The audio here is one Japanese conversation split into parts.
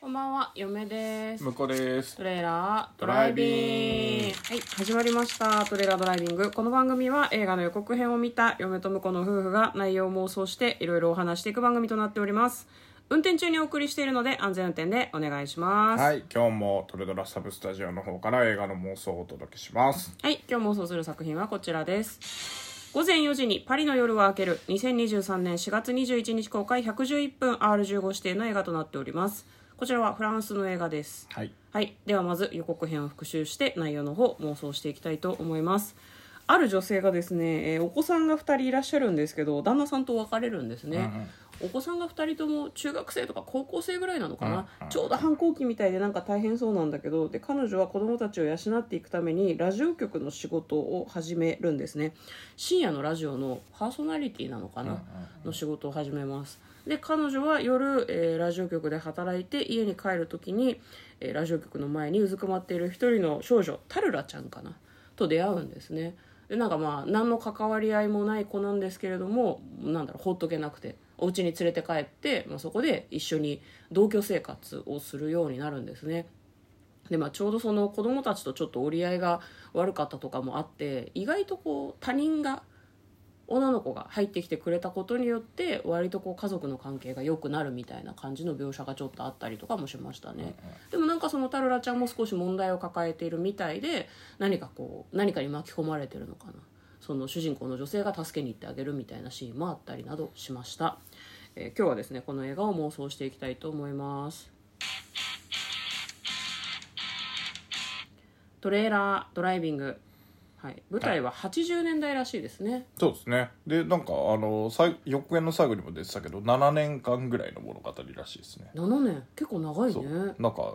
こんばんは、嫁です。向こうですトレーラードドラライイビングビングはい始まりましたトレーラードライビングこの番組は映画の予告編を見た嫁と婿の夫婦が内容を妄想していろいろお話していく番組となっております運転中にお送りしているので安全運転でお願いしますは、はいい今日もトレドラサブスタジオの方から映画の妄想をお届けします今日妄想する作品はこちらです午前4時にパリの夜は明ける2023年4月21日公開111分 R15 指定の映画となっておりますこちらはフランスの映画ですはいはい、ではまず予告編を復習して内容の方妄想していきたいと思いますある女性がですね、えーお子さんが2人いらっしゃるんですけど旦那さんと別れるんですね、お子さんが2人とも中学生とか高校生ぐらいなのかな、ちょうど反抗期みたいでなんか大変そうなんだけどで彼女は子供たちを養っていくためにラジオ局の仕事を始めるんですね深夜のラジオのパーソナリティなのかな、の仕事を始めますで彼女は夜、えーラジオ局で働いて家に帰る時に、えーラジオ局の前にうずくまっている一人の少女タルラちゃんかなと出会うんですねでなんかまあ何の関わり合いもない子なんですけれどもなんだろう放っとけなくてお家に連れて帰って、まあ、そこで一緒に同居生活をするようになるんですねでまあ、ちょうどその子供たちとちょっと折り合いが悪かったとかもあって意外とこう他人が女の子が入ってきてくれたことによって割とこう家族の関係が良くなるみたいな感じの描写がちょっとあったりとかもしましたね、でもなんかそのタルラちゃんも少し問題を抱えているみたいで何かこう何かに巻き込まれてるのかなその主人公の女性が助けに行ってあげるみたいなシーンもあったりなどしました、えー今日はですねこの映画を妄想していきたいと思いますトレーラードライビング、はい、舞台は80年代らしいですね、そうですねでなんかあのさい翌年の最後にも出てたけど7年間ぐらいの物語らしいですね7年結構長いそうねなんか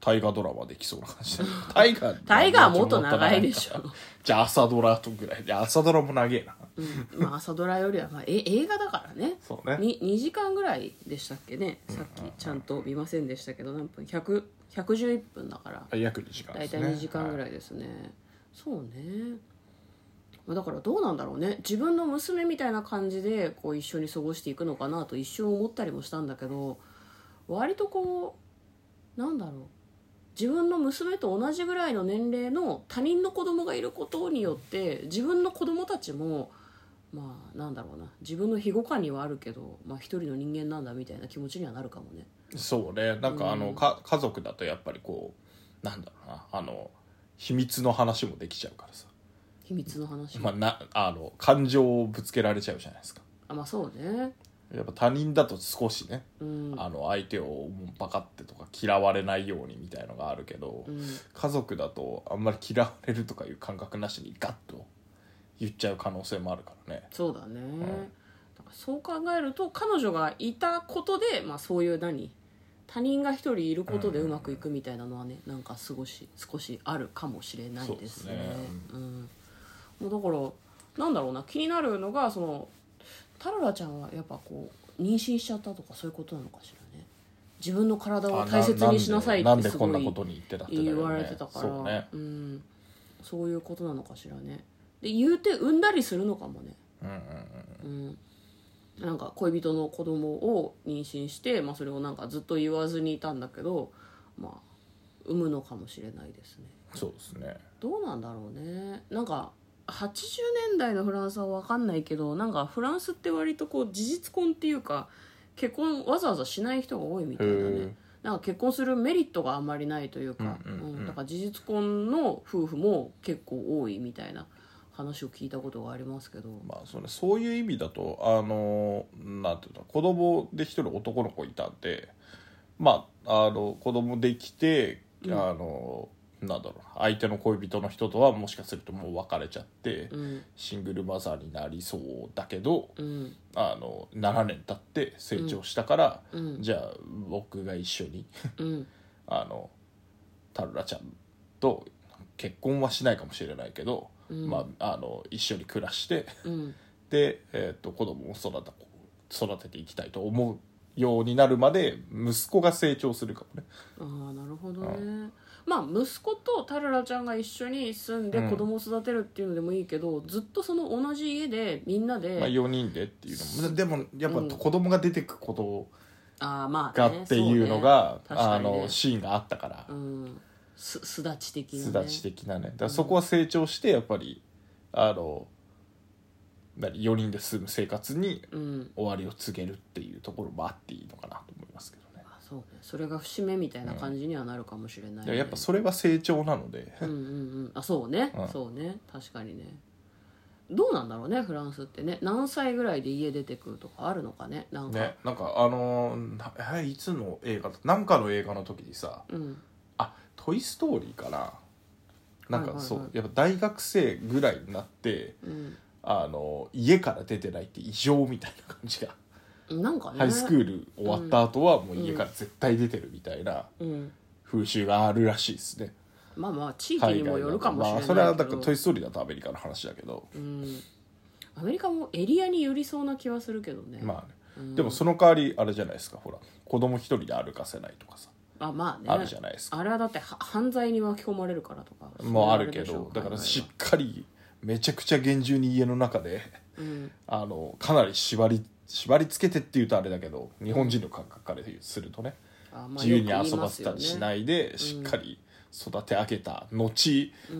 大河ドラマできそうな感じで 大河タイガーもっと長いでしもっと長ょいか、 じゃあ朝ドラとぐらいで朝ドラも長えなうんまあ、朝ドラよりは、まあ、え映画だからねそうねに2時間ぐらいでしたっけねさっきちゃんと見ませんでしたけど何分100 111分だから約2時間で大すね体2時間ぐはらいですね、そうねまあだからどうなんだろうね自分の娘みたいな感じでこう一緒に過ごしていくのかなと一瞬思ったりもしたんだけど割とこうなんだろう自分の娘と同じぐらいの年齢の他人の子供がいることによって自分の子供たちもまあなんだろうな自分の庇護下にはあるけど、まあ、一人の人間なんだみたいな気持ちにはなるかもね。そうねなんかあの、か家族だとやっぱりこうなんだろうなあの秘密の話もできちゃうからさ、秘密の話、まあ、なあの感情をぶつけられちゃうじゃないですかあまあそうねやっぱ他人だと少しね、うんあの相手をもうバカってとか嫌われないようにみたいのがあるけど、うん家族だとあんまり嫌われるとかいう感覚なしにガッと言っちゃう可能性もあるからねそうだね、だからそう考えると彼女がいたことで、まあ、そういう何他人が一人いることでうまくいくみたいなのはね、なんか少し少しあるかもしれないですねそうですねうんもうだからなんだろうな気になるのがそのタララちゃんはやっぱこう妊娠しちゃったとかそういうことなのかしらね自分の体をあ大切にしなさいなっんてですなごんでこんないことに言ってたってだよ言われてたからそうねん、そういうことなのかしらねで言うて産んだりするのかもねうんうんうん、なんか恋人の子供を妊娠して、まあ、それをなんかずっと言わずにいたんだけど、まあ、産むのかもしれないですねそうですねどうなんだろうねなんか80年代のフランスは分かんないけどなんかフランスって割とこう事実婚っていうか結婚わざわざしない人が多いみたいだへねえなんか結婚するメリットがあんまりないというか、うんうんうんだから事実婚の夫婦も結構多いみたいな話を聞いたことがありますけど、まあ、それそういう意味だとあのなんていうの子供で一人男の子いたんでまああの子供できて、あのなんだろうな相手の恋人の人とはもしかするともう別れちゃって、うんシングルマザーになりそうだけどうんあの7年経って成長したから、うんじゃあ僕が一緒にうんあのタルラちゃんと結婚はしないかもしれないけど、うんまあ、あの一緒に暮らして。うんで、えー、と子供を育て育てていきたいと思うようになるまで息子が成長するかもねああなるほどね、まあ息子とタルラちゃんが一緒に住んでうん子供を育てるっていうのでもいいけど、ずっとその同じ家でみんなで、まあ、4人でっていうのもでもやっぱ子供が出てくことあーまあがね、っていうのがそうねあ確かにねのシーンがあったからうんすすだち的な、ね、巣立ち的なねだからそこは成長してやっぱりあの何4人で住む生活にうん終わりを告げるっていうところもあっていいのかなと思いますけどねあそうねそれが節目みたいな感じにはなるかもしれない、だねからやっぱそれは成長なのでうんうんうんあそうね、うんそうね確かにねどうなんだろうねフランスってね何歳ぐらいで家出てくるとかあるのかねなんか、ねなんかあのーなえいつの映画だなんかの映画の時にさうん「あトイ・ストーリー」かななんはいはいはかいそうやっぱ大学生ぐらいになってうんあのー家から出てないって異常みたいな感じがなんかねハイスクール終わった後はもう家から絶対出てるみたいなうん、風習があるらしいですねまあまあ地域海に外ものよるかもしれまないあけそど、れはだから「トイ・ストーリー」だとアメリカの話だけどうんアメリカもエリアによりそうな気はするけどねまあねうんでもその代わりあれじゃないですかほら子供一人で歩かせないとかさあまあねあるじゃないですかあれはだっては犯罪に巻き込まれるからとかもうあるけそれはどあれでしょだから海しっかりめちゃくちゃ厳重に家の中外ではうんあのかなり縛り縛り付けてっていうとあれだけど日本人の感覚からするとねあまあ自由によく遊言いばませすたよりねしないでしっかり育て上げた後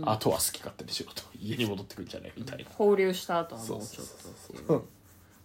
あとは好き勝手にしろと家に戻ってくるんじゃないみたいな放流した後はそもううちょそうっとっていうそうそう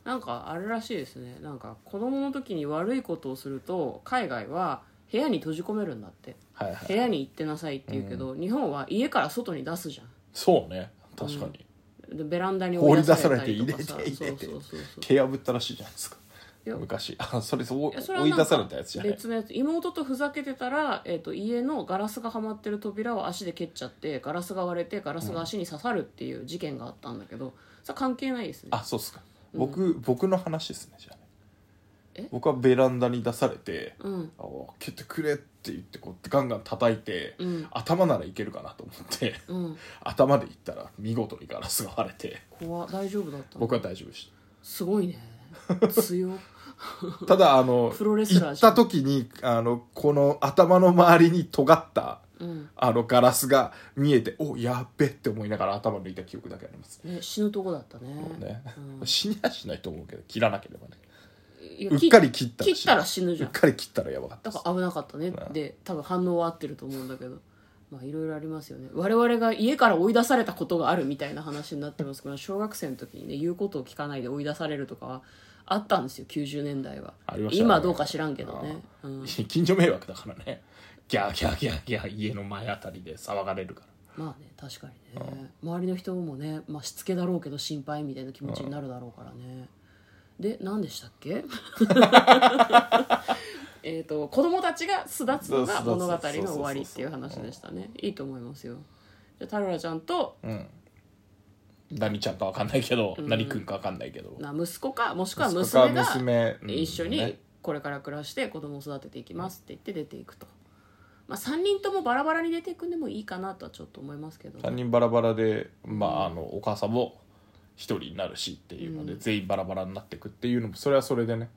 なんかあれらしいですねなんか子供の時に悪いことをすると海外は部屋に閉じ込めるんだってはい部はい屋に行ってなさいって言うけど、日本は家から外に出すじゃんそうね確かにでベランダに放り出さされれたてり入とかれてさ入れてそうそうそうそう蹴破ったらしいじゃないですかいや昔あそれそういやそれは追ないんか出されたやつじゃない別のやつ妹とふざけてたら、えー、と家のガラスがはまってる扉を足で蹴っちゃってガラスが割れてガラスが足に刺さるっていう事件があったんだけど、それ関係ないですねあそうっすか僕僕の話ですねじゃあえね僕はベランダに出されてうんあ蹴ってくれって言ってこうガンガン叩いて、うん頭ならいけるかなと思ってうん頭でいったら見事にガラスが割れて怖っ大丈夫だったの僕は大丈夫でしすごいね強ったただあのプロレスラー行った時にあのこの頭の周りに尖ったうんあのガラスが見えておやっべって思いながら頭抜いた記憶だけありますね、死ぬとこだったねもうね、うん 死にはしないと思うけど切らなければねいやうっかり切ったら切ったら死ぬじうゃっんかり切ったらやばかっただですから危なかったねうんで多分反応は合ってると思うんだけどまあいろいろありますよね我々が家から追い出されたことがあるみたいな話になってますけ ど小学生の時にね言うことを聞かないで追い出されるとかはあったんですよ90年代はありましたね今はどうか知らんけどね、うん、 近所迷惑だからねギャーギャーギャーギャー家の前あたりで騒がれるからまあね確かにね周りの人もね、まあ、しつけだろうけど心配みたいな気持ちになるだろうからねで何でしたっけ えっと子供たちが巣立つのが物語の終わりっていう話でしたねいいと思いますよじゃあタロラちゃんとうん何ちゃんか分かんないけど、何くんか分かんないけどな息子かもしくは息子か娘が娘うん一緒にねこれから暮らして子供を育てていきますって言って出ていくと、まあ、3人ともバラバラに出ていくんでもいいかなとはちょっと思いますけどね、 3人バラバラで、まあ、あのお母さんも一人になるしっていうので、全員バラバラになっていくっていうのもそれはそれでね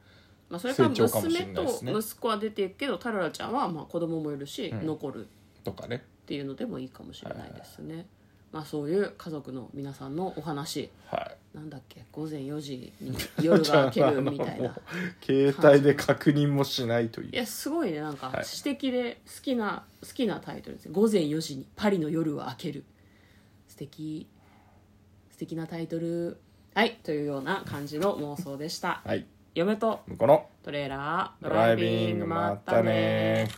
まあ、それから成長かもしれ娘ないですとね息子は出ていくけどタララちゃんはまあ子供もいるし、残るとかねっていうのでもいいかもしれないですね、まあ、そういう家族の皆さんのお話はいなんだっけ午前4時に夜が明けるみたい じなゃああの携帯で確認もしないといういやすごいねなんかはい詩的で好きな、好きなタイトルですね「午前4時にパリの夜は明ける」素敵素敵なタイトルはいというような感じの妄想でしたはい嫁とこのトレーラードドライビングまったね